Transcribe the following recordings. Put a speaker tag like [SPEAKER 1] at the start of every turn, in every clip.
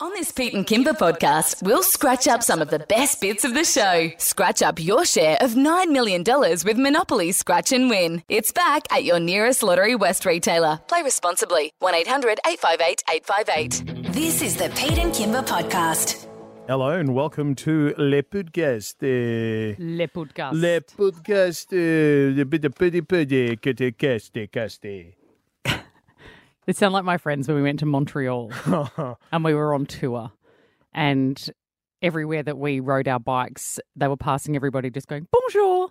[SPEAKER 1] On this Pete and Kimber podcast, we'll scratch up some of the best bits of the show. Scratch up your share of $9 million with Monopoly Scratch and Win. It's back at your nearest Lottery West retailer. Play responsibly. 1800 858 858.
[SPEAKER 2] This is the Pete and Kimber podcast.
[SPEAKER 3] Hello and welcome to Le Podcast.
[SPEAKER 4] Euh,
[SPEAKER 3] uh,
[SPEAKER 5] Leopardcast.
[SPEAKER 3] Le Podcast. uh, the bit- the bitty bitty kitty casty casty.
[SPEAKER 5] They sound like my friends when we went to Montreal and we were on tour. And everywhere that we rode our bikes, they were passing everybody just going, bonjour,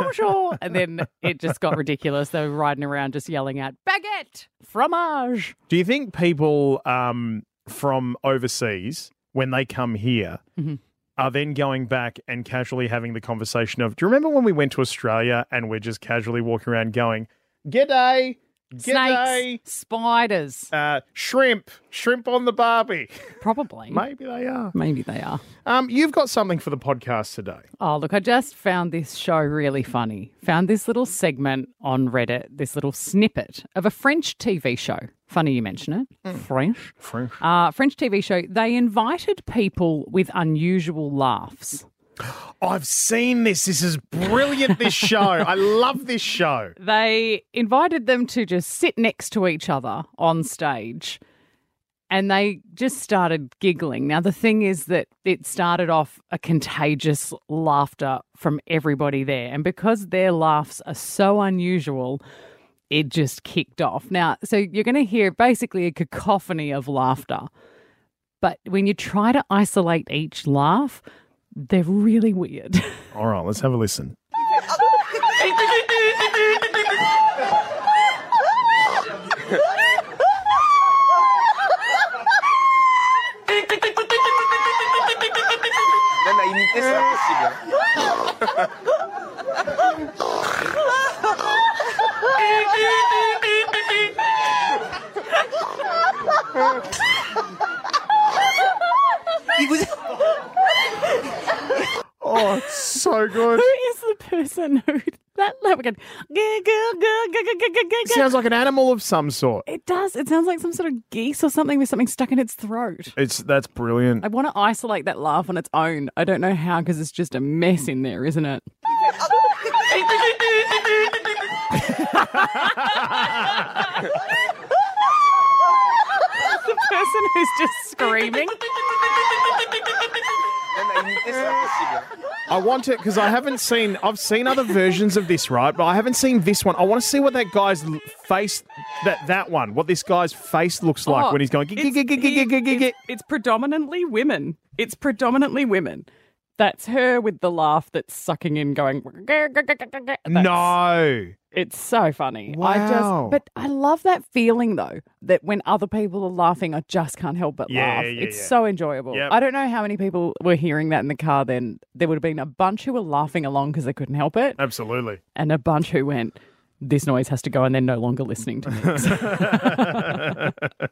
[SPEAKER 5] bonjour. and then it just got ridiculous. They were riding around just yelling out, baguette, fromage.
[SPEAKER 4] Do you think people um, from overseas, when they come here, are then going back and casually having the conversation of, do you remember when we went to Australia and we're just casually walking around going, G'day, g'day,
[SPEAKER 5] Snakes, spiders.
[SPEAKER 4] uh, shrimp, shrimp on the barbie?
[SPEAKER 5] Probably.
[SPEAKER 4] Maybe they are.
[SPEAKER 5] Maybe they are.
[SPEAKER 4] Um, you've got something for the podcast today.
[SPEAKER 5] Oh, look, I just found this show really funny. Found this little segment on Reddit, this little snippet of a French TV show. Funny you mention it. French.
[SPEAKER 4] French.
[SPEAKER 5] Uh, French TV show. They invited people with unusual laughs.
[SPEAKER 4] I've seen this. This is brilliant, this show. I love this show.
[SPEAKER 5] They invited them to just sit next to each other on stage and they just started giggling. Now, the thing is that it started off a contagious laughter from everybody there. And because their laughs are so unusual, it just kicked off. Now, so you're going to hear basically a cacophony of laughter. But when you try to isolate each laugh, they're really weird.
[SPEAKER 4] All right, let's have a listen.
[SPEAKER 6] Même à imiter, c'est impossible. hein.
[SPEAKER 4] Oh, it's so good.
[SPEAKER 5] Who is the person who that leprechaun?
[SPEAKER 4] Sounds like an animal of some sort.
[SPEAKER 5] It does. It sounds like some sort of geese or something with something stuck in its throat.
[SPEAKER 4] It's that's brilliant.
[SPEAKER 5] I want to isolate that laugh on its own. I don't know how because it's just a mess in there, isn't it? the person who's just screaming.
[SPEAKER 6] Même à imiter, c'est impossible. hein.
[SPEAKER 4] I want it because I haven't seen. I've seen other versions of this, right? But I haven't seen this one. I want to see what that guy's l- face, that that one, what this guy's face looks like
[SPEAKER 5] Oh,
[SPEAKER 4] when he's going. "Gig,
[SPEAKER 5] it's,
[SPEAKER 4] gig, gig, gig, gig, gig, gig, gig."
[SPEAKER 5] it's- it's predominantly women. It's predominantly women. That's her with the laugh that's sucking in, going. That's-
[SPEAKER 4] No,
[SPEAKER 5] it's so funny. I
[SPEAKER 4] Wow.
[SPEAKER 5] just, but I love that feeling though that when other people are laughing, I just can't help but
[SPEAKER 4] Yeah,
[SPEAKER 5] laugh.
[SPEAKER 4] yeah,
[SPEAKER 5] it's
[SPEAKER 4] yeah.
[SPEAKER 5] so enjoyable.
[SPEAKER 4] Yep.
[SPEAKER 5] I don't know how many people were hearing that in the car. Then there would have been a bunch who were laughing along because they couldn't help it,
[SPEAKER 4] absolutely.
[SPEAKER 5] and a bunch who went. This noise has to go, and they're no longer listening to me.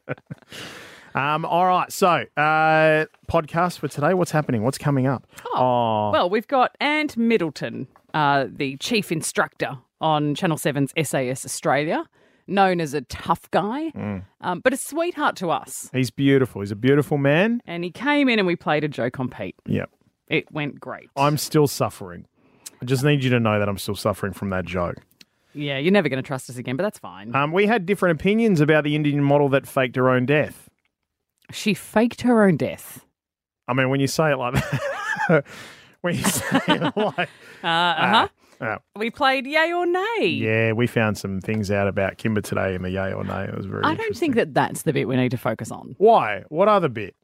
[SPEAKER 4] Um, all right. So, uh, podcast for today. What's happening? What's coming up? Oh,
[SPEAKER 5] Well, we've got Ant Middleton, uh, the chief instructor on Channel 7's SAS Australia, known as a tough guy,
[SPEAKER 4] Mm.
[SPEAKER 5] um, but a sweetheart to us.
[SPEAKER 4] he's beautiful. He's a beautiful man.
[SPEAKER 5] And he came in and we played a joke on Pete.
[SPEAKER 4] Yep.
[SPEAKER 5] It went great.
[SPEAKER 4] I'm still suffering. I just need you to know that I'm still suffering from that joke.
[SPEAKER 5] yeah, you're never going to trust us again, but that's fine.
[SPEAKER 4] Um, we had different opinions about the Indian model that faked her own death.
[SPEAKER 5] she faked her own death.
[SPEAKER 4] I mean, when you say it like that, when you say it like,
[SPEAKER 5] Uh huh.
[SPEAKER 4] yeah.
[SPEAKER 5] We played yay or nay.
[SPEAKER 4] yeah, we found some things out about Kimber today in the yay or nay. It was very.
[SPEAKER 5] I don't
[SPEAKER 4] interesting.
[SPEAKER 5] think that that's the bit we need to focus on.
[SPEAKER 4] Why? What other bit?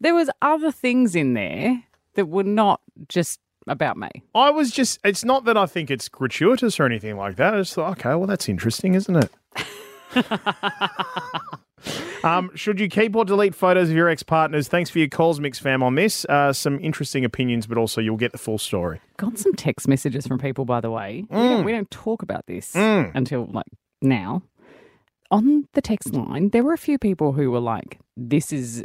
[SPEAKER 5] There was other things in there that were not just about me.
[SPEAKER 4] I was just. It's not that I think it's gratuitous or anything like that. I just thought, okay, well, that's interesting, isn't it? um, should you keep or delete photos of your ex partners? Thanks for your calls, Mix Fam, on this. Uh, some interesting opinions, but also you'll get the full story.
[SPEAKER 5] Got some text messages from people, by the way. We,
[SPEAKER 4] Mm.
[SPEAKER 5] don't, we don't talk about this until like now. On the text line, there were a few people who were like, this is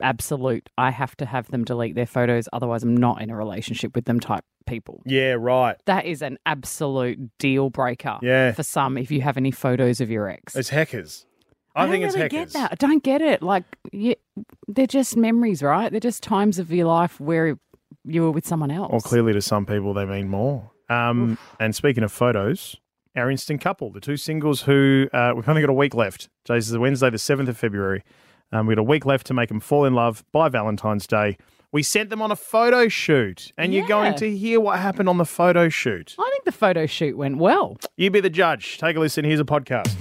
[SPEAKER 5] absolute. I have to have them delete their photos. Otherwise, I'm not in a relationship with them type people.
[SPEAKER 4] Yeah, right.
[SPEAKER 5] That is an absolute deal breaker
[SPEAKER 4] Yeah.
[SPEAKER 5] for some if you have any photos of your ex.
[SPEAKER 4] It's hackers. I, think
[SPEAKER 5] don't
[SPEAKER 4] it's
[SPEAKER 5] really
[SPEAKER 4] heckers.
[SPEAKER 5] get that. I don't get it. Like, you, they're just memories, right? They're just times of your life where you were with someone else.
[SPEAKER 4] Well, clearly to some people they mean more. Um, and speaking of photos, our instant couple, the two singles who uh, we've only got a week left. Today's the Wednesday, the seventh of February. Um, we got a week left to make them fall in love by Valentine's Day. We sent them on a photo shoot, and you're going
[SPEAKER 5] Yeah.
[SPEAKER 4] to hear what happened on the photo shoot.
[SPEAKER 5] I think the photo shoot went well.
[SPEAKER 4] You be the judge. Take a listen. Here's a podcast.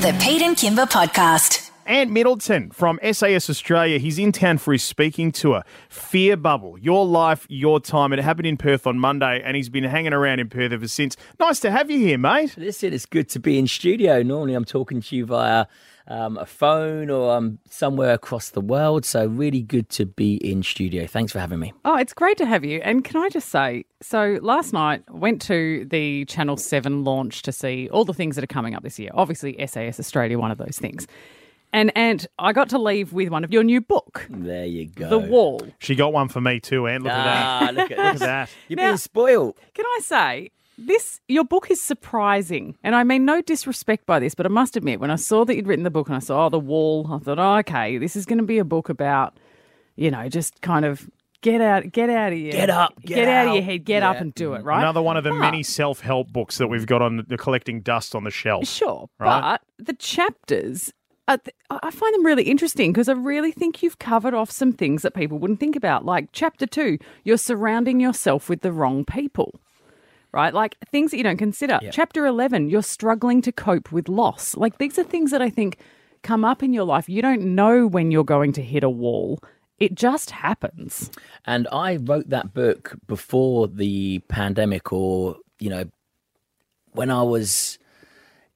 [SPEAKER 2] The Pete and Kimber Podcast.
[SPEAKER 4] Ant Middleton from SAS Australia. He's in town for his speaking tour. Fear Bubble, your life, your time. It happened in Perth on Monday, and he's been hanging around in Perth ever since. Nice to have you here, mate.
[SPEAKER 7] Listen, it's good to be in studio. Normally, I'm talking to you via um, a phone or um, somewhere across the world. So, really good to be in studio. Thanks for having me.
[SPEAKER 5] Oh, it's great to have you. And can I just say, so last night went to the Channel 7 launch to see all the things that are coming up this year. Obviously, SAS Australia, one of those things. And Ant, I got to leave with one of your new book,
[SPEAKER 7] There you go.
[SPEAKER 5] The Wall.
[SPEAKER 4] She got one for me too, Ant. Look at that.
[SPEAKER 7] Ah, look
[SPEAKER 4] Look
[SPEAKER 7] at,
[SPEAKER 4] at that.
[SPEAKER 7] You're
[SPEAKER 5] Now-
[SPEAKER 7] being spoiled.
[SPEAKER 5] Can I say this? Your book is surprising, and I mean no disrespect by this, but I must admit, when I saw that you'd written the book and I saw oh, the wall, I thought, oh, okay, this is going to be a book about, you know, just kind of get out, get out of your,
[SPEAKER 7] Get up, get
[SPEAKER 5] out. of your
[SPEAKER 7] out.
[SPEAKER 5] head, get up and do it, right?
[SPEAKER 4] Another one of the many self help books that we've got on the collecting dust on the shelf.
[SPEAKER 5] Sure,
[SPEAKER 4] Right.
[SPEAKER 5] but the chapters. Are th- I I find them really interesting because I really think you've covered off some things that people wouldn't think about. Like chapter two, you're surrounding yourself with the wrong people, right? Like things that you don't consider. Chapter 11, you're struggling to cope with loss. Like these are things that I think come up in your life. You don't know when you're going to hit a wall, it just happens.
[SPEAKER 7] And I wrote that book before the pandemic, or, you know, when I was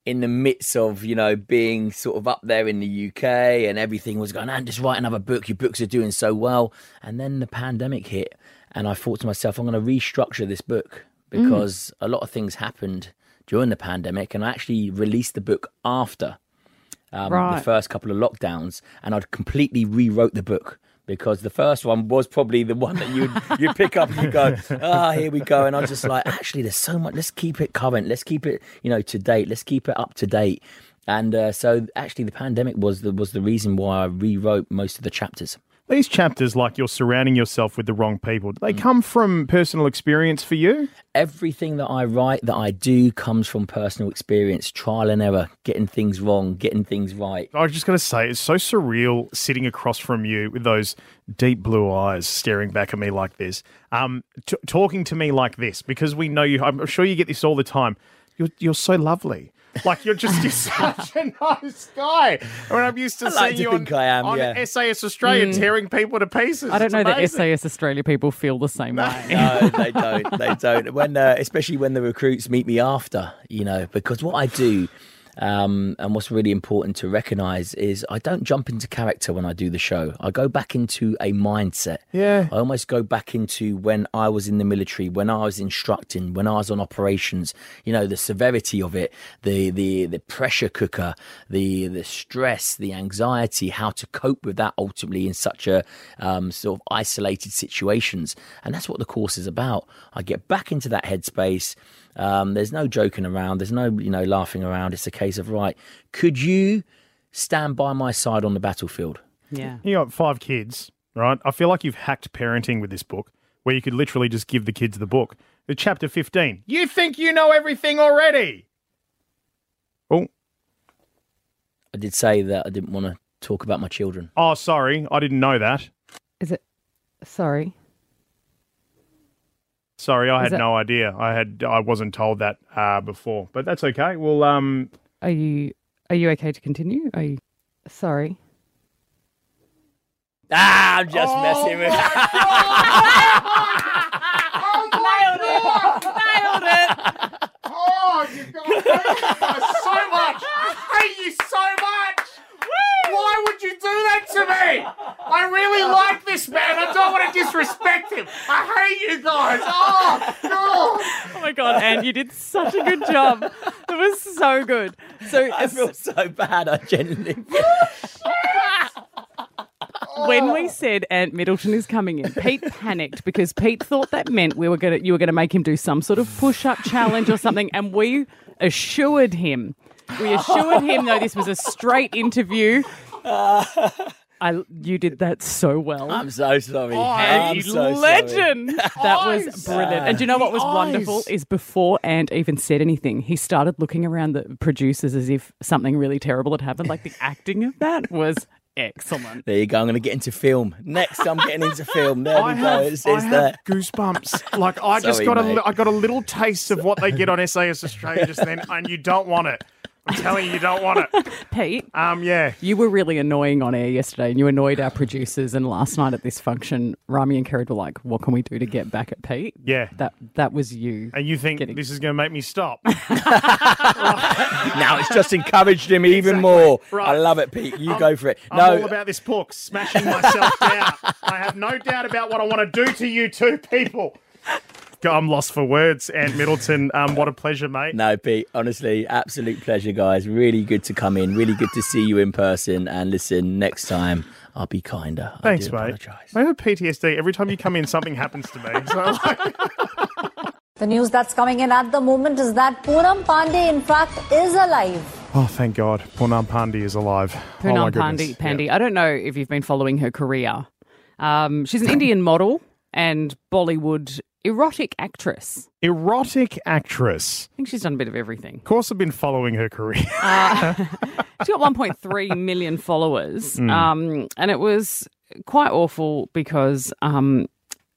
[SPEAKER 7] in the midst of, you know, being sort of up there in the UK and everything was going, and just write another book. Your books are doing so well. And then the pandemic hit. And I thought to myself, I'm going to restructure this book because a lot of things happened during the pandemic. And I actually released the book after um,
[SPEAKER 5] Right.
[SPEAKER 7] the first couple of lockdowns, and I'd completely rewrote the book because the first one was probably the one that you you pick up and you go, ah, here we go, and I'm just like, actually, there's so much. Let's keep it current. Let's keep it, you know, to date. Let's keep it up to date. And uh, so, actually, the pandemic was the was the reason why I rewrote most of the chapters.
[SPEAKER 4] These chapters, like you're surrounding yourself with the wrong people, do they come from personal experience for you?
[SPEAKER 7] everything that I write, that I do, comes from personal experience, trial and error, getting things wrong, getting things right.
[SPEAKER 4] I was just going to say, it's so surreal sitting across from you with those deep blue eyes staring back at me like this, um, t- talking to me like this, because we know you. I'm sure you get this all the time. You're, you're so lovely. Like you're just you're such a nice guy. I mean, I'm used to
[SPEAKER 7] I
[SPEAKER 4] seeing
[SPEAKER 7] like to
[SPEAKER 4] you
[SPEAKER 7] think
[SPEAKER 4] on,
[SPEAKER 7] I am,
[SPEAKER 4] on
[SPEAKER 7] yeah.
[SPEAKER 4] SAS Australia tearing people to pieces.
[SPEAKER 5] Mm. I don't
[SPEAKER 4] It's
[SPEAKER 5] know that
[SPEAKER 4] amazing.
[SPEAKER 5] SAS Australia people feel the same way.
[SPEAKER 7] no, they don't. They don't. When, uh, especially when the recruits meet me after, you know, because what I do, um, and what's really important to recognise is I don't jump into character when I do the show. I go back into a mindset.
[SPEAKER 4] Yeah.
[SPEAKER 7] I almost go back into when I was in the military, when I was instructing, when I was on operations. You know, the severity of it, the the the pressure cooker, the the stress, the anxiety, how to cope with that ultimately in such a um, sort of isolated situations, and that's what the course is about. I get back into that headspace. Um, there's no joking around. There's no you know laughing around. It's a case of right. Could you stand by my side on the battlefield?
[SPEAKER 5] yeah.
[SPEAKER 4] You got five kids, right? I feel like you've hacked parenting with this book, where you could literally just give the kids the book. The chapter 15. You think you know everything already. Oh,
[SPEAKER 7] I did say that I didn't want to talk about my children.
[SPEAKER 4] oh, sorry. I didn't know that.
[SPEAKER 5] Is it? Sorry.
[SPEAKER 4] Sorry, I had
[SPEAKER 5] that-
[SPEAKER 4] no idea. I had I wasn't told that uh, before, but that's okay. Well, um,
[SPEAKER 5] Are you are you okay to continue? Are you sorry?
[SPEAKER 7] Ah, I'm just messing with.
[SPEAKER 4] oh, you so much. I hate you so much. Why would you do that to me? I really like this man. I don't want to disrespect him. I hate you guys. Oh,
[SPEAKER 5] Oh my god, Anne, you did such a good job. That was so good. So
[SPEAKER 7] I feel so bad. I genuinely.
[SPEAKER 5] when we said Aunt Middleton is coming in, Pete panicked because Pete thought that meant we were gonna you were gonna make him do some sort of push up challenge or something, and we assured him We assured him, though, this was a straight interview. I, you did that so well.
[SPEAKER 7] I'm so
[SPEAKER 4] Oh,
[SPEAKER 7] sorry. I'm
[SPEAKER 5] you
[SPEAKER 7] so sorry.
[SPEAKER 5] legend. That was brilliant. And do you know what was wonderful is before Ant even said anything, he started looking around the producers as if something really terrible had happened. Like the acting of that was excellent.
[SPEAKER 7] There you go. I'm going to get into film next. I'm getting into film. There
[SPEAKER 4] I
[SPEAKER 7] we go.
[SPEAKER 4] have,
[SPEAKER 7] It's,
[SPEAKER 4] I
[SPEAKER 7] it's
[SPEAKER 4] have
[SPEAKER 7] that.
[SPEAKER 4] goosebumps. Like I just
[SPEAKER 7] Sorry,
[SPEAKER 4] got a,
[SPEAKER 7] mate.
[SPEAKER 4] li- I got a little taste of what they get on SAS Australia just then, and you don't want it. I'm telling you, you don't want it.
[SPEAKER 5] Pete,
[SPEAKER 4] Um, yeah.
[SPEAKER 5] you were really annoying on air yesterday and you annoyed our producers. And last night at this function, Rami and Kerrod were like, What can we do to get back at Pete?
[SPEAKER 4] Yeah.
[SPEAKER 5] That that was you.
[SPEAKER 4] And you think
[SPEAKER 5] Getting-
[SPEAKER 4] this is going to make me stop?
[SPEAKER 7] Now it's just encouraged him even more. I
[SPEAKER 4] Right.
[SPEAKER 7] love it, Pete. You go for it.
[SPEAKER 4] I'm
[SPEAKER 7] no,
[SPEAKER 4] all about this book, smashing myself down. I have no doubt about what I want to do to you two people. God, I'm lost for words, Ant Middleton. Um, what a pleasure, mate.
[SPEAKER 7] No, Pete, honestly, absolute pleasure, guys. Really good to come in. Really good to see you in person. And listen, next time I'll be kinder. I
[SPEAKER 4] Thanks,
[SPEAKER 7] do
[SPEAKER 4] mate.
[SPEAKER 7] apologise.
[SPEAKER 4] I have PTSD. Every time you come in, something happens to me. So, like,
[SPEAKER 8] The news that's coming in at the moment is that Poonam Pandey, in fact, is alive.
[SPEAKER 4] oh, thank God, Poonam Pandey is alive. oh, my
[SPEAKER 5] Poonam Pandey.
[SPEAKER 4] goodness.
[SPEAKER 5] Pandey. I don't know if you've been following her career. Um, she's an Indian model and Bollywood erotic actress.
[SPEAKER 4] Yeah. Erotic actress.
[SPEAKER 5] I think she's done a bit of everything.
[SPEAKER 4] Of course, I've been following her career.
[SPEAKER 5] She's got 1.3 million followers, um, and it was quite awful because um,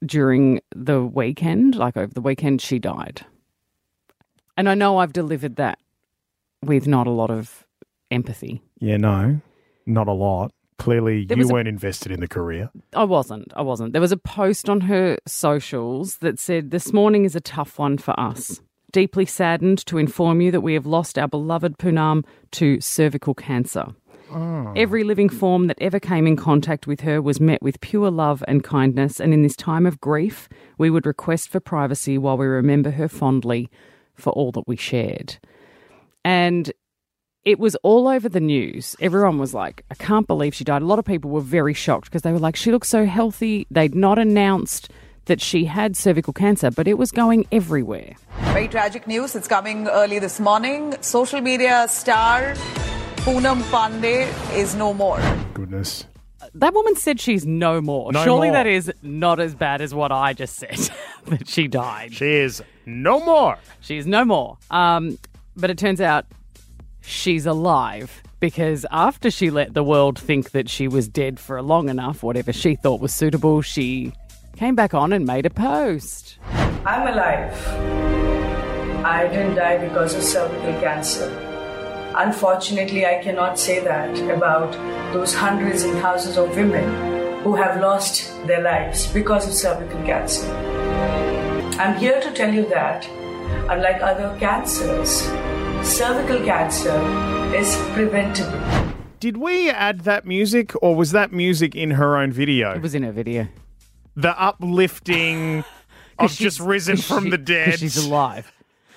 [SPEAKER 5] during the weekend, like over the weekend, she died. And I know I've delivered that with not a lot of empathy.
[SPEAKER 4] yeah, no, not a lot. Clearly,
[SPEAKER 5] There
[SPEAKER 4] you
[SPEAKER 5] was a-
[SPEAKER 4] weren't invested in the career.
[SPEAKER 5] I wasn't. I wasn't. There was a post on her socials that said, This morning is a tough one for us. Deeply saddened to inform you that we have lost our beloved Poonam to cervical cancer. Every living form that ever came in contact with her was met with pure love and kindness, and in this time of grief, we would request for privacy while we remember her fondly for all that we shared. And it was all over the news. Everyone was like, I can't believe she died. A lot of people were very shocked because they were like, she looks so healthy. They'd not announced that she had cervical cancer, but it was going everywhere.
[SPEAKER 9] Very tragic news. It's coming early this morning. Social media star Poonam Pandey is no more.
[SPEAKER 4] Goodness.
[SPEAKER 5] That woman said she's no more.
[SPEAKER 4] No
[SPEAKER 5] Surely
[SPEAKER 4] more.
[SPEAKER 5] that is not as bad as what I just said that she died.
[SPEAKER 4] She is no more.
[SPEAKER 5] She's no more. Um, but it turns out she's alive because after she let the world think that she was dead for long enough, whatever she thought was suitable, she came back on and made a post.
[SPEAKER 10] I'm alive. I didn't die because of cervical cancer. Unfortunately, I cannot say that about those hundreds and thousands of women who have lost their lives because of cervical cancer. I'm here to tell you that, unlike other cancers, cervical cancer is preventable.
[SPEAKER 4] Did we add that music, or was that music in her own video?
[SPEAKER 5] It was in her video.
[SPEAKER 4] the uplifting. I've just risen from
[SPEAKER 5] She-
[SPEAKER 4] the
[SPEAKER 5] 'cause
[SPEAKER 4] dead.
[SPEAKER 5] She's alive.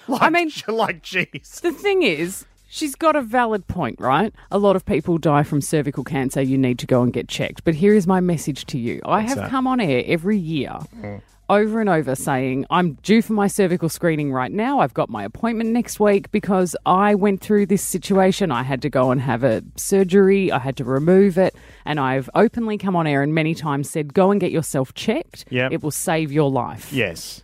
[SPEAKER 4] Like,
[SPEAKER 5] I mean-
[SPEAKER 4] like, jeez.
[SPEAKER 5] The thing is, she's got a valid point, right? A lot of people die from cervical cancer. You need to go and get checked. But here is my message to you I have come on air every year.
[SPEAKER 4] Mm.
[SPEAKER 5] Over and over saying, I'm due for my cervical screening right now. I've got my appointment next week because I went through this situation. I had to go and have a surgery, I had to remove it. And I've openly come on air and many times said, Go and get yourself checked.
[SPEAKER 4] Yep.
[SPEAKER 5] It will save your life
[SPEAKER 4] Yes.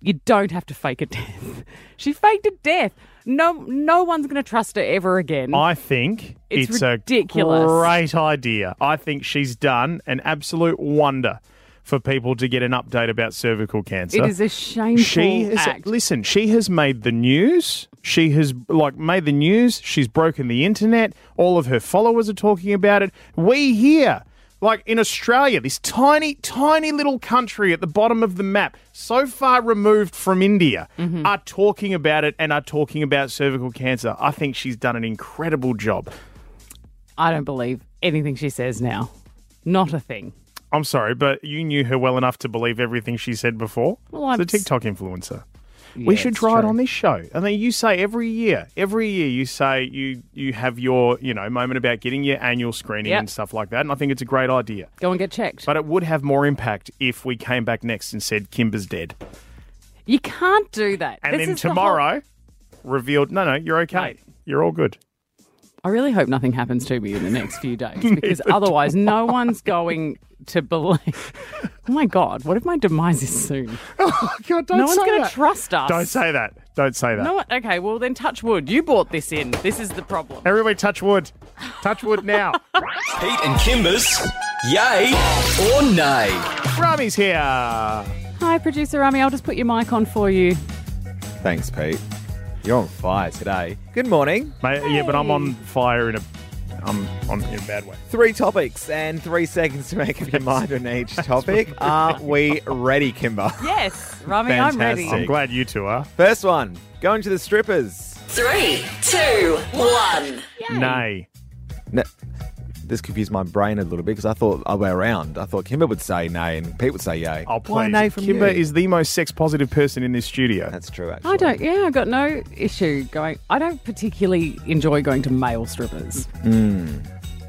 [SPEAKER 5] you don't have to fake a death. she faked a death. No, no one's going to trust her ever again.
[SPEAKER 4] I think
[SPEAKER 5] It's
[SPEAKER 4] it's,
[SPEAKER 5] ridiculous.
[SPEAKER 4] a great idea. I think she's done an absolute wonder for people to get an update about cervical cancer.
[SPEAKER 5] it is a shameful
[SPEAKER 4] she has,
[SPEAKER 5] act.
[SPEAKER 4] listen, she has made the news. She has like made the news. She's broken the internet. All of her followers are talking about it. We here, like in Australia, this tiny, tiny little country at the bottom of the map, so far removed from India,
[SPEAKER 5] Mm-hmm.
[SPEAKER 4] are talking about it and are talking about cervical cancer. I think she's done an incredible job.
[SPEAKER 5] I don't believe anything she says now. Not a thing.
[SPEAKER 4] I'm sorry, but you knew her well enough to believe everything she said before.
[SPEAKER 5] Well, I'm
[SPEAKER 4] the
[SPEAKER 5] s-
[SPEAKER 4] TikTok influencer. we
[SPEAKER 5] Yeah,
[SPEAKER 4] should
[SPEAKER 5] it's
[SPEAKER 4] try it
[SPEAKER 5] true.
[SPEAKER 4] on this show. I mean, you say every year, every year you say you you have your you know moment about getting your annual screening
[SPEAKER 5] Yep.
[SPEAKER 4] and stuff like that, and I think it's a great idea.
[SPEAKER 5] Go and get checked.
[SPEAKER 4] But it would have more impact if we came back next and said Kimber's dead,
[SPEAKER 5] you can't do that.
[SPEAKER 4] and
[SPEAKER 5] This
[SPEAKER 4] then
[SPEAKER 5] is the whole-
[SPEAKER 4] tomorrow revealed, no, no, you're okay. You're all good.
[SPEAKER 5] I really hope nothing happens to me in the next few days because otherwise, no one's going to believe. Oh my God, what if my demise is soon?
[SPEAKER 4] Oh, God,
[SPEAKER 5] no one's
[SPEAKER 4] say
[SPEAKER 5] going to
[SPEAKER 4] that.
[SPEAKER 5] trust us.
[SPEAKER 4] Don't say that. Don't say that.
[SPEAKER 5] No, one- okay, well then touch wood. You bought this in. This is the problem.
[SPEAKER 4] Everybody touch wood. Touch wood now.
[SPEAKER 11] Pete and Kimber's Yay or Nay.
[SPEAKER 4] Rami's here.
[SPEAKER 5] Hi, producer Rami. I'll just put your mic on for you.
[SPEAKER 12] Thanks, Pete. You're on fire today. Good morning.
[SPEAKER 4] Mate, Yeah, but I'm on fire in a, I'm on in a bad way.
[SPEAKER 12] Three topics and three seconds to make up your mind on each topic. Are we ready, Kimber?
[SPEAKER 5] Yes, Rami, I'm ready.
[SPEAKER 4] I'm glad you two are.
[SPEAKER 12] First one, going to the strippers.
[SPEAKER 2] Three, two, one.
[SPEAKER 4] Nay.
[SPEAKER 12] No, this confused my brain a little bit because I thought I were around. I thought Kimber would say nay and Pete would say yay.
[SPEAKER 4] Oh, please. Kimber is the most sex positive person in this studio. That's
[SPEAKER 12] true, actually.
[SPEAKER 5] I don't. Yeah, I got no issue going. I don't particularly enjoy going to male strippers.
[SPEAKER 4] Hmm.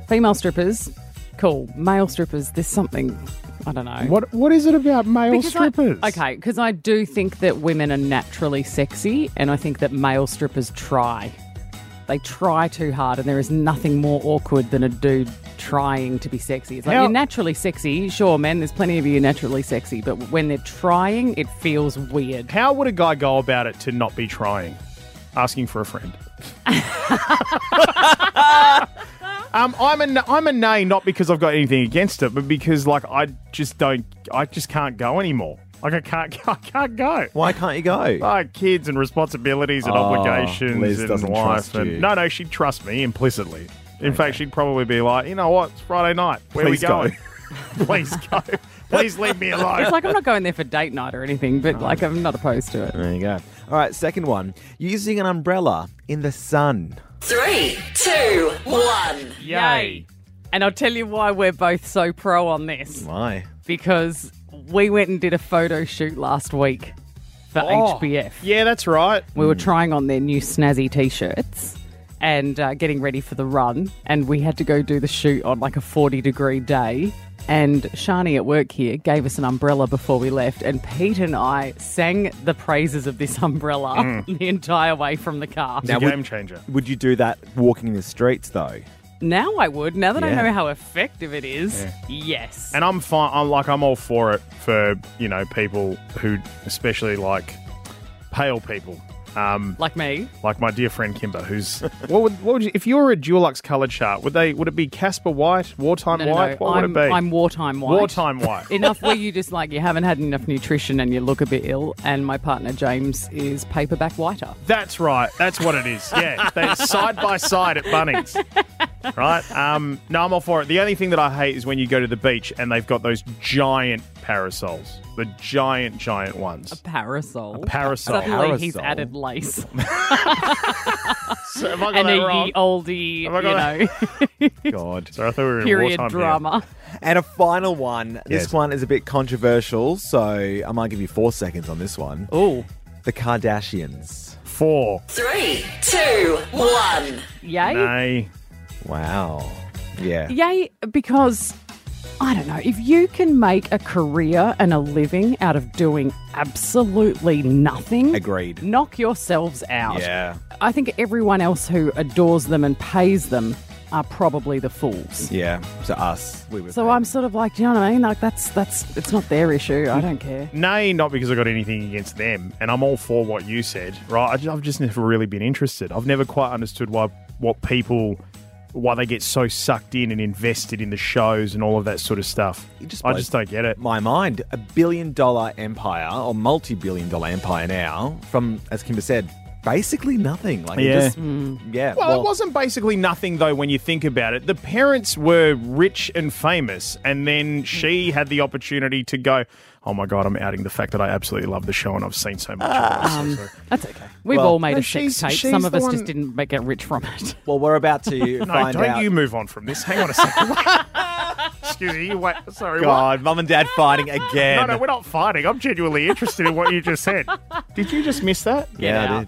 [SPEAKER 5] Female strippers, cool. Male strippers, there's something. I don't know.
[SPEAKER 4] What What is it about male
[SPEAKER 5] Because I-
[SPEAKER 4] strippers?
[SPEAKER 5] okay, because I do think that women are naturally sexy, and I think that male strippers try. They try too hard, and there is nothing more awkward than a dude trying to be sexy. It's like
[SPEAKER 13] How-
[SPEAKER 5] you're naturally sexy, sure, man. There's plenty of you naturally sexy, but when they're trying, it feels weird.
[SPEAKER 4] How would a guy go about it to not be trying? Asking for a friend. um, I'm a n- I'm a nay, not because I've got anything against it, but because like I just don't, I just can't go anymore. Like I can't, I can't go.
[SPEAKER 12] Why can't you go?
[SPEAKER 4] Like kids and responsibilities and
[SPEAKER 12] Oh,
[SPEAKER 4] obligations
[SPEAKER 12] Liz
[SPEAKER 4] and
[SPEAKER 12] doesn't
[SPEAKER 4] life.
[SPEAKER 12] trust
[SPEAKER 4] and
[SPEAKER 12] you.
[SPEAKER 4] no, no, she'd trust me implicitly. In fact, she'd probably be like, you know what, it's Friday night. Where
[SPEAKER 12] Please
[SPEAKER 4] we
[SPEAKER 12] go."
[SPEAKER 4] going? Please go. Please leave me alone.
[SPEAKER 5] It's like I'm not going there for date night or anything, but like I'm not opposed to it.
[SPEAKER 12] There you go. All right, second one, using an umbrella in the sun.
[SPEAKER 2] Three, two, one.
[SPEAKER 5] Yay. And I'll tell you why we're both so pro on this.
[SPEAKER 12] Why?
[SPEAKER 5] Because we went and did a photo shoot last week for
[SPEAKER 4] Oh,
[SPEAKER 5] HBF.
[SPEAKER 4] Yeah, that's right.
[SPEAKER 5] We were trying on their new snazzy t shirts and uh, getting ready for the run. And we had to go do the shoot on like a 40 degree day. And Shani at work here gave us an umbrella before we left. And Pete and I sang the praises of this umbrella
[SPEAKER 12] Mm.
[SPEAKER 5] the entire way from the car.
[SPEAKER 12] would- Would you do that walking in the streets though?
[SPEAKER 5] Now I would. Now that I
[SPEAKER 4] Yeah.
[SPEAKER 5] know how effective it is,
[SPEAKER 4] Yeah.
[SPEAKER 5] yes.
[SPEAKER 4] And I'm fine. I'm like I'm all for it for you know people who, especially like pale people, um,
[SPEAKER 5] like me,
[SPEAKER 4] like my dear friend Kimber, who's what would what would you, if you were a Dulux coloured chart? Would they would it be Casper White, wartime
[SPEAKER 5] No, no, no.
[SPEAKER 4] white? What would
[SPEAKER 5] I'm,
[SPEAKER 4] it be?
[SPEAKER 5] I'm wartime white.
[SPEAKER 4] Wartime white.
[SPEAKER 5] enough where you just like you haven't had enough nutrition and you look a bit ill. And my partner James is paperback whiter.
[SPEAKER 4] That's right. That's what it is. Yeah, they're side by side at Bunnings. Right? Um, no, I'm all for it. The only thing that I hate is when you go to the beach and they've got those giant parasols, the giant, giant ones. A
[SPEAKER 5] parasol.
[SPEAKER 4] A parasol.
[SPEAKER 5] Suddenly he's added lace.
[SPEAKER 4] So have I got
[SPEAKER 5] and
[SPEAKER 4] that
[SPEAKER 5] a
[SPEAKER 4] wrong?
[SPEAKER 5] ye oldie, you
[SPEAKER 4] Have I got
[SPEAKER 5] know,
[SPEAKER 12] God.
[SPEAKER 4] Sorry, I thought we were
[SPEAKER 5] period drama.
[SPEAKER 12] And a final one.
[SPEAKER 4] Yes.
[SPEAKER 12] This one is a bit controversial, so I might give you four seconds on this one.
[SPEAKER 5] Oh.
[SPEAKER 12] The Kardashians.
[SPEAKER 4] Four.
[SPEAKER 2] Three, two, one.
[SPEAKER 5] Yay.
[SPEAKER 12] Wow. Yeah.
[SPEAKER 5] Yay, because I don't know, if you can make a career and a living out of doing absolutely nothing,
[SPEAKER 12] Agreed.
[SPEAKER 5] knock yourselves out.
[SPEAKER 12] Yeah.
[SPEAKER 5] I think everyone else who adores them and pays them are probably the fools.
[SPEAKER 12] Yeah. So us. We were
[SPEAKER 5] So I'm sort of like, do you know what I mean? Like that's that's it's not their issue. I don't care.
[SPEAKER 4] Nay, not because I've got anything against them, and I'm all for what you said, right? I ju- I've just never really been interested. I've never quite understood why what people why they get so sucked in and invested in the shows and all of that sort of stuff. I just don't get it.
[SPEAKER 12] My mind, a billion dollar empire or multi billion dollar empire now from, as Kimber said, basically nothing. Like, it
[SPEAKER 4] Yeah.
[SPEAKER 12] just,
[SPEAKER 13] Mm.
[SPEAKER 12] yeah.
[SPEAKER 4] Well, it wasn't basically nothing though when you think about it. The parents were rich and famous, and then she had the opportunity to go, "Oh my god, I'm outing the fact that I absolutely love the show and I've seen so much."
[SPEAKER 12] Ah,
[SPEAKER 4] of it."
[SPEAKER 5] Um, that's okay. We've
[SPEAKER 4] Well-
[SPEAKER 5] all made
[SPEAKER 4] No,
[SPEAKER 5] a sex
[SPEAKER 4] she's-
[SPEAKER 5] tape.
[SPEAKER 4] she's
[SPEAKER 5] Some of
[SPEAKER 4] the
[SPEAKER 5] us
[SPEAKER 4] one-
[SPEAKER 5] just didn't make it rich from it.
[SPEAKER 12] Well, we're about to
[SPEAKER 4] no,
[SPEAKER 12] find
[SPEAKER 4] don't
[SPEAKER 12] out.
[SPEAKER 4] you move on from this. Hang on a second. Excuse me. You wait. Sorry. what?
[SPEAKER 12] God, mum and dad fighting again.
[SPEAKER 4] No, no, we're not fighting. I'm genuinely interested in what you just said. Did you just miss that?
[SPEAKER 12] yeah,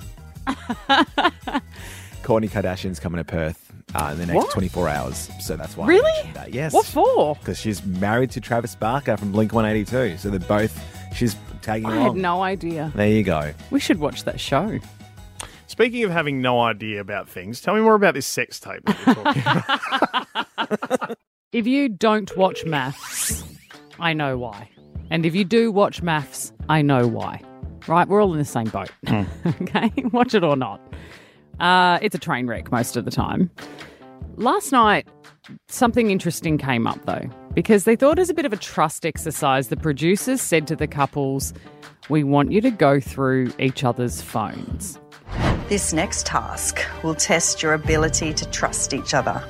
[SPEAKER 12] Courtney Kardashian's coming to Perth uh, in the next
[SPEAKER 4] What?
[SPEAKER 12] 24 hours. So that's why.
[SPEAKER 5] Really?
[SPEAKER 12] That. Yes.
[SPEAKER 5] What for?
[SPEAKER 12] Because she's married to Travis Barker from Blink 182. So they're both, she's tagging
[SPEAKER 5] I had
[SPEAKER 12] along.
[SPEAKER 5] no idea.
[SPEAKER 12] there you go.
[SPEAKER 5] We should watch that show.
[SPEAKER 4] Speaking of having no idea about things, tell me more about this sex tape. that you're talking about.
[SPEAKER 5] If you don't watch maths, I know why. And if you do watch maths, I know why. Right? We're all in the same boat. okay? Watch it or not. Uh, it's a train wreck most of the time. Last night, something interesting came up though, because they thought as a bit of a trust exercise, the producers said to the couples, We want you to go through each other's phones.
[SPEAKER 13] This next task will test your ability to trust each other.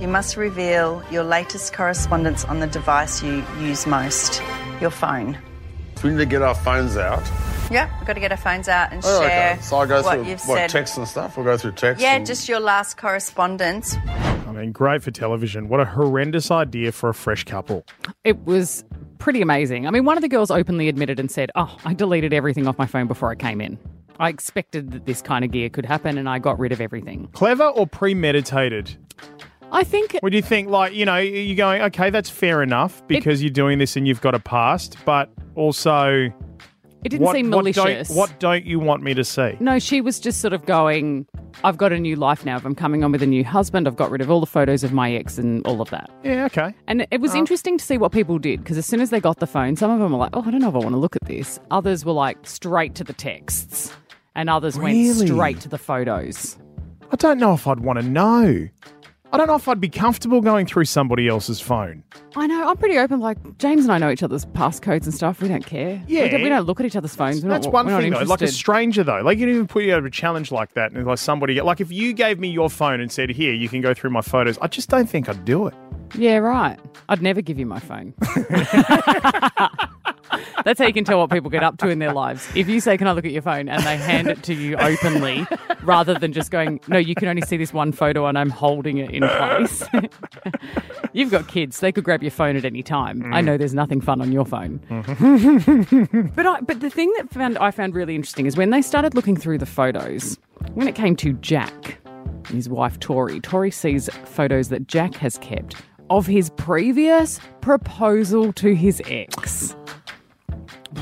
[SPEAKER 13] You must reveal your latest correspondence on the device you use most your phone.
[SPEAKER 14] We need to get our phones out.
[SPEAKER 13] Yeah, we've got to get our phones out and
[SPEAKER 14] Oh,
[SPEAKER 13] share
[SPEAKER 14] okay. So I go
[SPEAKER 13] what
[SPEAKER 14] through
[SPEAKER 13] you've
[SPEAKER 14] what,
[SPEAKER 13] said.
[SPEAKER 14] text and stuff. We'll go through text.
[SPEAKER 13] yeah,
[SPEAKER 14] and-
[SPEAKER 13] just your last correspondence.
[SPEAKER 4] I mean, great for television. What a horrendous idea for a fresh couple.
[SPEAKER 5] It was pretty amazing. I mean, one of the girls openly admitted and said, Oh, I deleted everything off my phone before I came in. I expected that this kind of gear could happen and I got rid of everything.
[SPEAKER 4] Clever or premeditated?
[SPEAKER 5] I think.
[SPEAKER 4] What do you think? Like, you know, you're going, okay, that's fair enough because you're doing this and you've got a past, but also.
[SPEAKER 5] It didn't
[SPEAKER 4] what-
[SPEAKER 5] seem
[SPEAKER 4] what don't-
[SPEAKER 5] malicious.
[SPEAKER 4] what don't you want me to see?
[SPEAKER 5] No, she was just sort of going, I've got a new life now. If I'm coming on with a new husband, I've got rid of all the photos of my ex and all of that.
[SPEAKER 4] Yeah, okay.
[SPEAKER 5] And it was
[SPEAKER 4] Oh.
[SPEAKER 5] interesting to see what people did because as soon as they got the phone, some of them were like, oh, I don't know if I want to look at this. Others were like, straight to the texts. And others
[SPEAKER 4] Really?
[SPEAKER 5] went straight to the photos.
[SPEAKER 4] I don't know if I'd want to know. I don't know if I'd be comfortable going through somebody else's phone.
[SPEAKER 5] I know. I'm pretty open. Like James and I know each other's passcodes and stuff. We don't care. we
[SPEAKER 4] Yeah.
[SPEAKER 5] don't, we don't look at each other's phones. We're
[SPEAKER 4] That's
[SPEAKER 5] not,
[SPEAKER 4] one
[SPEAKER 5] we're not
[SPEAKER 4] thing, though. Like a
[SPEAKER 5] interested.
[SPEAKER 4] stranger, though. Like, you didn't even put you out of a challenge like that. And like somebody, like, if you gave me your phone and said, here, you can go through my photos, I just don't think I'd do it.
[SPEAKER 5] Yeah, right. I'd never give you my phone. That's how you can tell what people get up to in their lives. If you say, Can I look at your phone? and they hand it to you openly rather than just going, No, you can only see this one photo and I'm holding it in place. You've got kids, they could grab your phone at any time. I
[SPEAKER 15] Mm.
[SPEAKER 5] know there's nothing fun on your phone. but I, but the thing that found I found really interesting is when they started looking through the photos, when it came to Jack, and his wife Tori, Tori sees photos that Jack has kept of his previous proposal to his ex.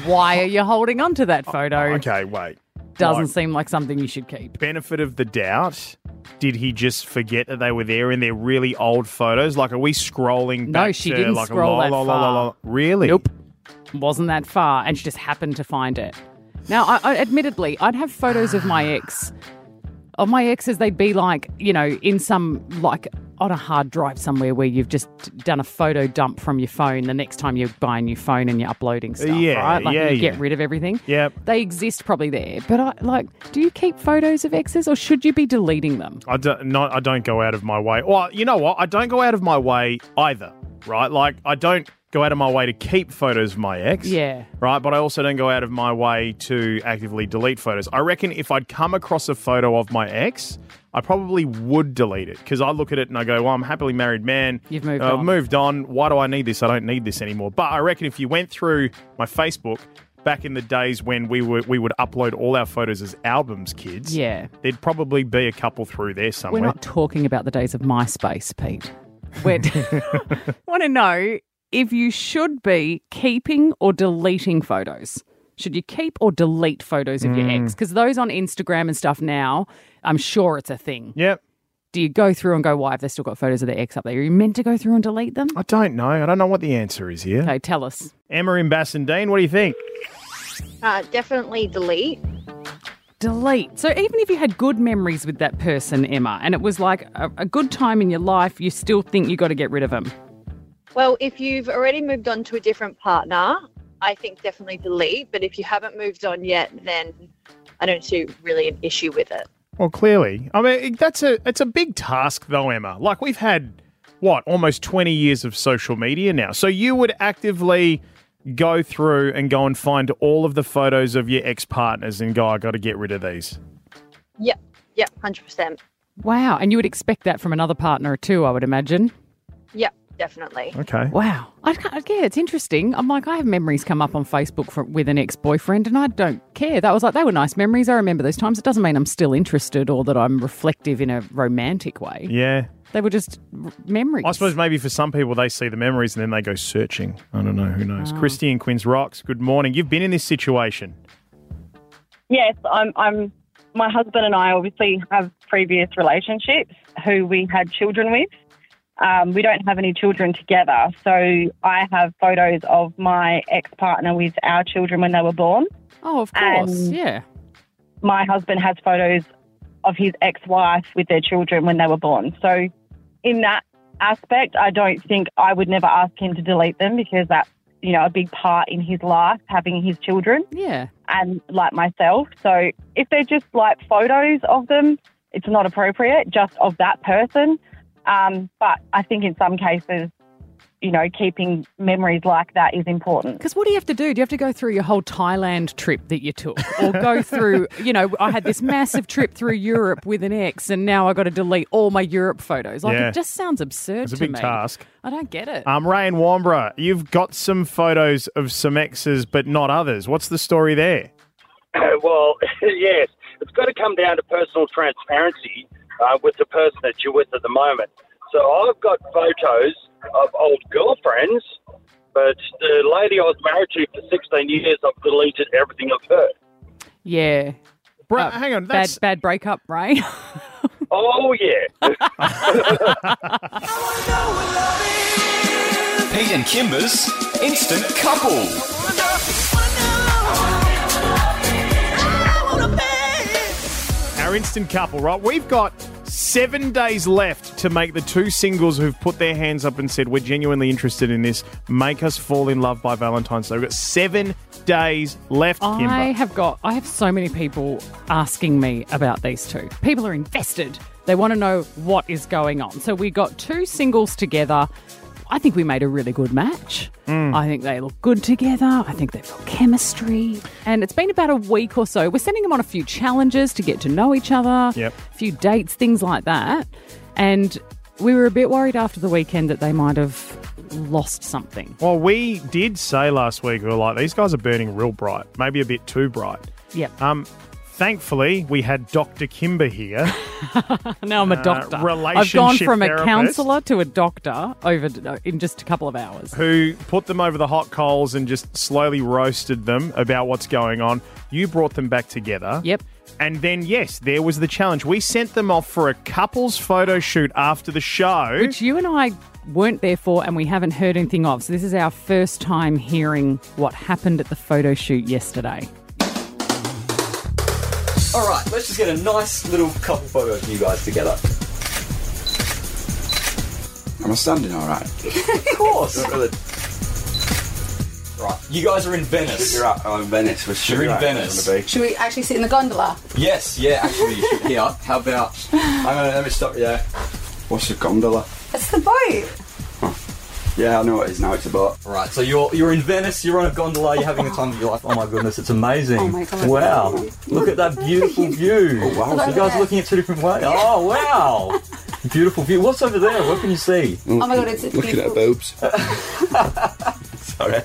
[SPEAKER 5] Why are you holding on to that photo?
[SPEAKER 4] Okay, wait.
[SPEAKER 5] Doesn't
[SPEAKER 4] Like-
[SPEAKER 5] seem like something you should keep.
[SPEAKER 4] Benefit of the doubt. Did he just forget that they were there in their really old photos? Like, are we scrolling
[SPEAKER 5] No,
[SPEAKER 4] back
[SPEAKER 5] she
[SPEAKER 4] to,
[SPEAKER 5] didn't
[SPEAKER 4] like,
[SPEAKER 5] scroll
[SPEAKER 4] la,
[SPEAKER 5] that
[SPEAKER 4] la, la, la, la?
[SPEAKER 5] far.
[SPEAKER 4] Really?
[SPEAKER 5] Nope. Wasn't that far, and she just happened to find it. Now, I, I admittedly, I'd have photos of my ex. Of my exes, they'd be like, you know, in some like on a hard drive somewhere where you've just done a photo dump from your phone. The next time you buy a new phone and you're uploading stuff,
[SPEAKER 4] Yeah,
[SPEAKER 5] right? Like
[SPEAKER 4] yeah,
[SPEAKER 5] you get
[SPEAKER 4] yeah.
[SPEAKER 5] rid of everything.
[SPEAKER 4] Yep.
[SPEAKER 5] They exist probably there, but I like, do you keep photos of exes, or should you be deleting them?
[SPEAKER 4] I don't, not, I don't go out of my way. Well, you know what? I don't go out of my way either, right? Like, I don't go out of my way to keep photos of my ex.
[SPEAKER 5] Yeah.
[SPEAKER 4] Right, but I also don't go out of my way to actively delete photos. I reckon if I'd come across a photo of my ex, I probably would delete it because I look at it and I go, "Well, I'm a happily married man. You've
[SPEAKER 5] moved
[SPEAKER 4] I've
[SPEAKER 5] on."
[SPEAKER 4] moved on. Why do I need this? I don't need this anymore." But I reckon if you went through my Facebook back in the days when we were we would upload all our photos as albums, kids.
[SPEAKER 5] Yeah.
[SPEAKER 4] there'd probably be a couple through there somewhere.
[SPEAKER 5] We're not talking about the days of MySpace, Pete. We're want to know if you should be keeping or deleting photos. Should you keep or delete photos of your
[SPEAKER 4] Mm.
[SPEAKER 5] ex? Because those on Instagram and stuff now, I'm sure it's a thing.
[SPEAKER 4] Yep.
[SPEAKER 5] Do you go through and go, why have they still got photos of their ex up there? Are you meant to go through and delete them?
[SPEAKER 4] I don't know. I don't know what the answer is here.
[SPEAKER 5] Okay, tell us.
[SPEAKER 4] Emma in Bassendean, what do you think?
[SPEAKER 16] Uh, definitely delete.
[SPEAKER 5] Delete. So even if you had good memories with that person, Emma, and it was like a, a good time in your life, you still think you got to get rid of them.
[SPEAKER 16] Well, if you've already moved on to a different partner, I think definitely delete. But if you haven't moved on yet, then I don't see really an issue with it.
[SPEAKER 4] Well, clearly, I mean it- that's a it's a big task, though, Emma. Like we've had what almost twenty years of social media now, so you would actively go through and go and find all of the photos of your ex partners and go, I got to get rid of these.
[SPEAKER 16] Yep, yep, hundred percent.
[SPEAKER 5] Wow. And you would expect that from another partner too, I would imagine.
[SPEAKER 16] Yep, definitely.
[SPEAKER 4] Okay.
[SPEAKER 5] Wow. I, can't- yeah, it's interesting. I'm like, I have memories come up on Facebook from, with an ex boyfriend, and I don't care. That was like, they were nice memories. I remember those times. It doesn't mean I'm still interested or that I'm reflective in a romantic way.
[SPEAKER 4] Yeah.
[SPEAKER 5] They were just r- memories.
[SPEAKER 4] I suppose maybe for some people they see the memories and then they go searching. I don't know. Who knows?
[SPEAKER 5] Oh.
[SPEAKER 16] Ah.
[SPEAKER 4] Christy and Quinn's Rocks. Good morning. You've been in this situation.
[SPEAKER 16] Yes, I'm. I'm
[SPEAKER 15] my husband and I obviously have previous relationships who we had children with. Um, we don't have any children together, so I have photos of my ex partner with our children when they were born.
[SPEAKER 5] Oh, of course,
[SPEAKER 15] And
[SPEAKER 5] yeah.
[SPEAKER 15] My husband has photos of his ex wife with their children when they were born. So, in that aspect, I don't think I would never ask him to delete them because that's, you know, a big part in his life, having his children
[SPEAKER 5] Yeah.
[SPEAKER 15] and like myself. So if they're just like photos of them, it's not appropriate just of that person. Um, but I think in some cases, you know, keeping memories like that is important.
[SPEAKER 5] Because what do you have to do? Do you have to go through your whole Thailand trip that you took, or go through? You know, I had this massive trip through Europe with an ex, and now I got to delete all my Europe photos. Like
[SPEAKER 4] Yeah.
[SPEAKER 5] it just sounds absurd
[SPEAKER 4] It's a
[SPEAKER 5] to
[SPEAKER 4] big
[SPEAKER 5] me.
[SPEAKER 4] task.
[SPEAKER 5] I don't get it.
[SPEAKER 4] Um, Ray and Wambra, you've got some photos of some exes, but not others. What's the story there?
[SPEAKER 17] well, yes, it's got to come down to personal transparency uh, with the person that you're with at the moment. So I've got photos of old girlfriends, but the lady I was married to for 16 years, I've deleted everything of her.
[SPEAKER 5] yeah.
[SPEAKER 4] Bro, Uh, hang on, that's-
[SPEAKER 5] Uh, bad, bad breakup, right?
[SPEAKER 17] Oh, yeah.
[SPEAKER 11] Pete and Kimber's Instant Couple.
[SPEAKER 4] Our instant couple, right? We've got seven days left to make the two singles who've put their hands up and said, We're genuinely interested in this. Make us fall in love by Valentine's Day. We've got seven days left, Kimber.
[SPEAKER 5] I have got. I have so many people asking me about these two. People are invested. They want to know what is going on. So we got two singles together. I think we made a really good match.
[SPEAKER 4] Mm.
[SPEAKER 5] I think they look good together. I think they've got chemistry. And it's been about a week or so. We're sending them on a few challenges to get to know each other,
[SPEAKER 4] Yep.
[SPEAKER 5] a few dates, things like that. And we were a bit worried after the weekend that they might have lost something.
[SPEAKER 4] Well, we did say last week, we were like, these guys are burning real bright, maybe a bit too bright.
[SPEAKER 5] Yep.
[SPEAKER 4] Um, thankfully, we had Dr. Kimber here.
[SPEAKER 5] Now I'm a
[SPEAKER 4] Uh,
[SPEAKER 5] doctor. I've gone
[SPEAKER 4] relationship
[SPEAKER 5] from a
[SPEAKER 4] therapist.
[SPEAKER 5] counsellor to a doctor over in just a couple of hours.
[SPEAKER 4] who put them over the hot coals and just slowly roasted them about what's going on. You brought them back together. Yep. And then, yes, there was the challenge. We sent them off for a couple's photo shoot after the show.
[SPEAKER 5] Which you and I weren't there for, and we haven't heard anything of. So this is our first time hearing what happened at the photo shoot yesterday.
[SPEAKER 11] All right, let's just get a nice little couple photo of you guys together.
[SPEAKER 6] Am I standing all right?
[SPEAKER 11] of course. Right, you guys are in Venice.
[SPEAKER 6] You're right. I'm Oh, in Venice. We're sure
[SPEAKER 11] You're in
[SPEAKER 6] right.
[SPEAKER 11] Venice.
[SPEAKER 6] On the beach.
[SPEAKER 18] Should we actually sit in the gondola?
[SPEAKER 11] Yes, yeah, actually, you should be up. How about? I'm gonna let me stop you there.
[SPEAKER 6] What's a gondola?
[SPEAKER 18] It's the boat.
[SPEAKER 6] Yeah, I know what it is now. It's a boat.
[SPEAKER 11] Right, so you're you're in Venice. You're on a gondola. You're having the time of your life. Oh my goodness, it's amazing.
[SPEAKER 18] Oh my God.
[SPEAKER 11] Wow, look at that beautiful view. Oh,
[SPEAKER 18] wow.
[SPEAKER 11] you guys are looking at two different ways. Oh wow, beautiful view. What's over there? What can you see?
[SPEAKER 18] Oh my God, it's Look at her
[SPEAKER 11] boobs. Sorry.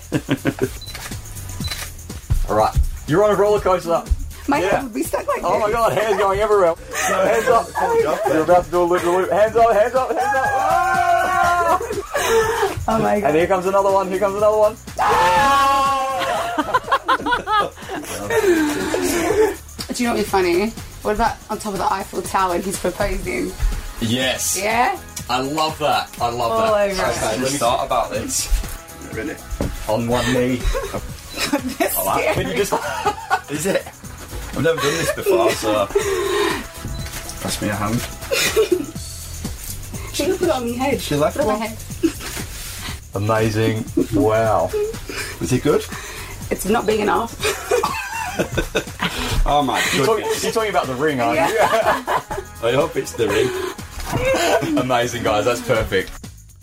[SPEAKER 11] All right, you're on a roller coaster.
[SPEAKER 18] My
[SPEAKER 11] Yeah.
[SPEAKER 18] head would be stuck like
[SPEAKER 11] Oh my
[SPEAKER 18] this.
[SPEAKER 11] god, hands going everywhere. So hands up. You're about to do a loop loop. Hands up, hands up, hands up.
[SPEAKER 18] Oh my
[SPEAKER 11] And here comes another one, here comes another one.
[SPEAKER 18] Do you know what would be funny? What about on top of the Eiffel Tower and he's proposing?
[SPEAKER 11] Yes.
[SPEAKER 18] Yeah?
[SPEAKER 11] I love that. I love
[SPEAKER 18] All
[SPEAKER 11] that.
[SPEAKER 18] over us.
[SPEAKER 11] Okay, let me start about this. Ready? On one knee. All right. Can you just
[SPEAKER 6] Is it? I've never done this before, so. Pass me a hand.
[SPEAKER 18] She put it on my head.
[SPEAKER 6] She left
[SPEAKER 18] put it on my
[SPEAKER 6] one?
[SPEAKER 18] head.
[SPEAKER 11] Amazing. Wow.
[SPEAKER 6] Is it good?
[SPEAKER 18] It's not big enough.
[SPEAKER 6] Oh my
[SPEAKER 11] You're talking,
[SPEAKER 6] goodness.
[SPEAKER 11] you're talking about the ring, aren't you? I hope it's the ring. Amazing, guys. That's perfect.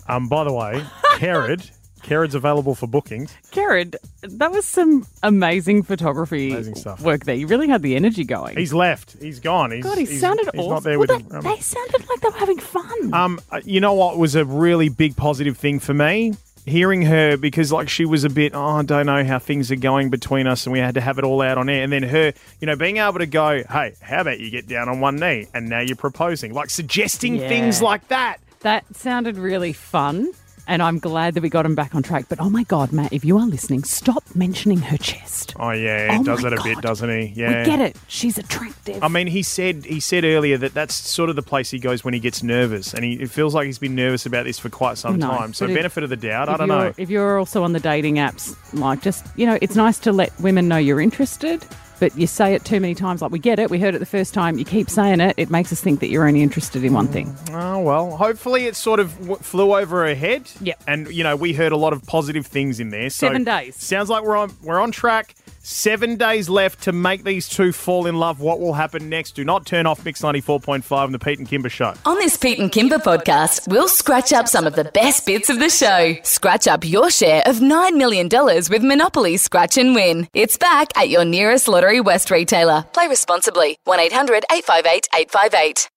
[SPEAKER 4] Um, by the way, Carrot. Carrot's available for bookings.
[SPEAKER 5] Jared, that was some amazing photography work there. You really had the energy going.
[SPEAKER 4] He's left. He's gone. He's,
[SPEAKER 5] God, he
[SPEAKER 4] he's-
[SPEAKER 5] sounded
[SPEAKER 4] he's
[SPEAKER 5] awesome.
[SPEAKER 4] not there
[SPEAKER 5] Well,
[SPEAKER 4] with
[SPEAKER 5] they,
[SPEAKER 4] him. Um,
[SPEAKER 5] they sounded like they were having fun.
[SPEAKER 4] Um, uh, you know what was a really big positive thing for me? Hearing her because like she was a bit, oh, I don't know how things are going between us, and we had to have it all out on air. And then her, you know, being able to go, hey, how about you get down on one knee, and now you're proposing, like suggesting
[SPEAKER 5] Yeah.
[SPEAKER 4] things like that.
[SPEAKER 5] That sounded really fun. And I'm glad that we got him back on track. But oh my God, Matt, if you are listening, stop mentioning her chest.
[SPEAKER 4] Oh yeah, he
[SPEAKER 5] Oh
[SPEAKER 4] does
[SPEAKER 5] my
[SPEAKER 4] it a bit, doesn't he? Yeah.
[SPEAKER 5] We get it. She's attractive.
[SPEAKER 4] I mean, he said he said earlier that that's sort of the place he goes when he gets nervous, and he it feels like he's been nervous about this for quite some
[SPEAKER 5] No,
[SPEAKER 4] time. So
[SPEAKER 5] but if-
[SPEAKER 4] benefit of the doubt, I
[SPEAKER 5] if
[SPEAKER 4] don't
[SPEAKER 5] you're-
[SPEAKER 4] know.
[SPEAKER 5] If you're also on the dating apps, like just, you know, it's nice to let women know you're interested, but you say it too many times. Like, we get it. We heard it the first time. You keep saying it. It makes us think that you're only interested in one thing.
[SPEAKER 4] Oh well, hopefully it sort of w- flew over her head. Yeah, and you know we heard a lot of positive things in there. So
[SPEAKER 5] Seven days.
[SPEAKER 4] Sounds like we're on we're on track. Seven days left to make these two fall in love. What will happen next? Do not turn off Mix ninety four point five and the Pete and Kimber Show.
[SPEAKER 1] On this Pete and Kimber podcast, we'll scratch up some of the best bits of the show. Scratch up your share of $9 million with Monopoly Scratch and Win. It's back at your nearest Lottery West retailer. Play responsibly. 1 800 858 858.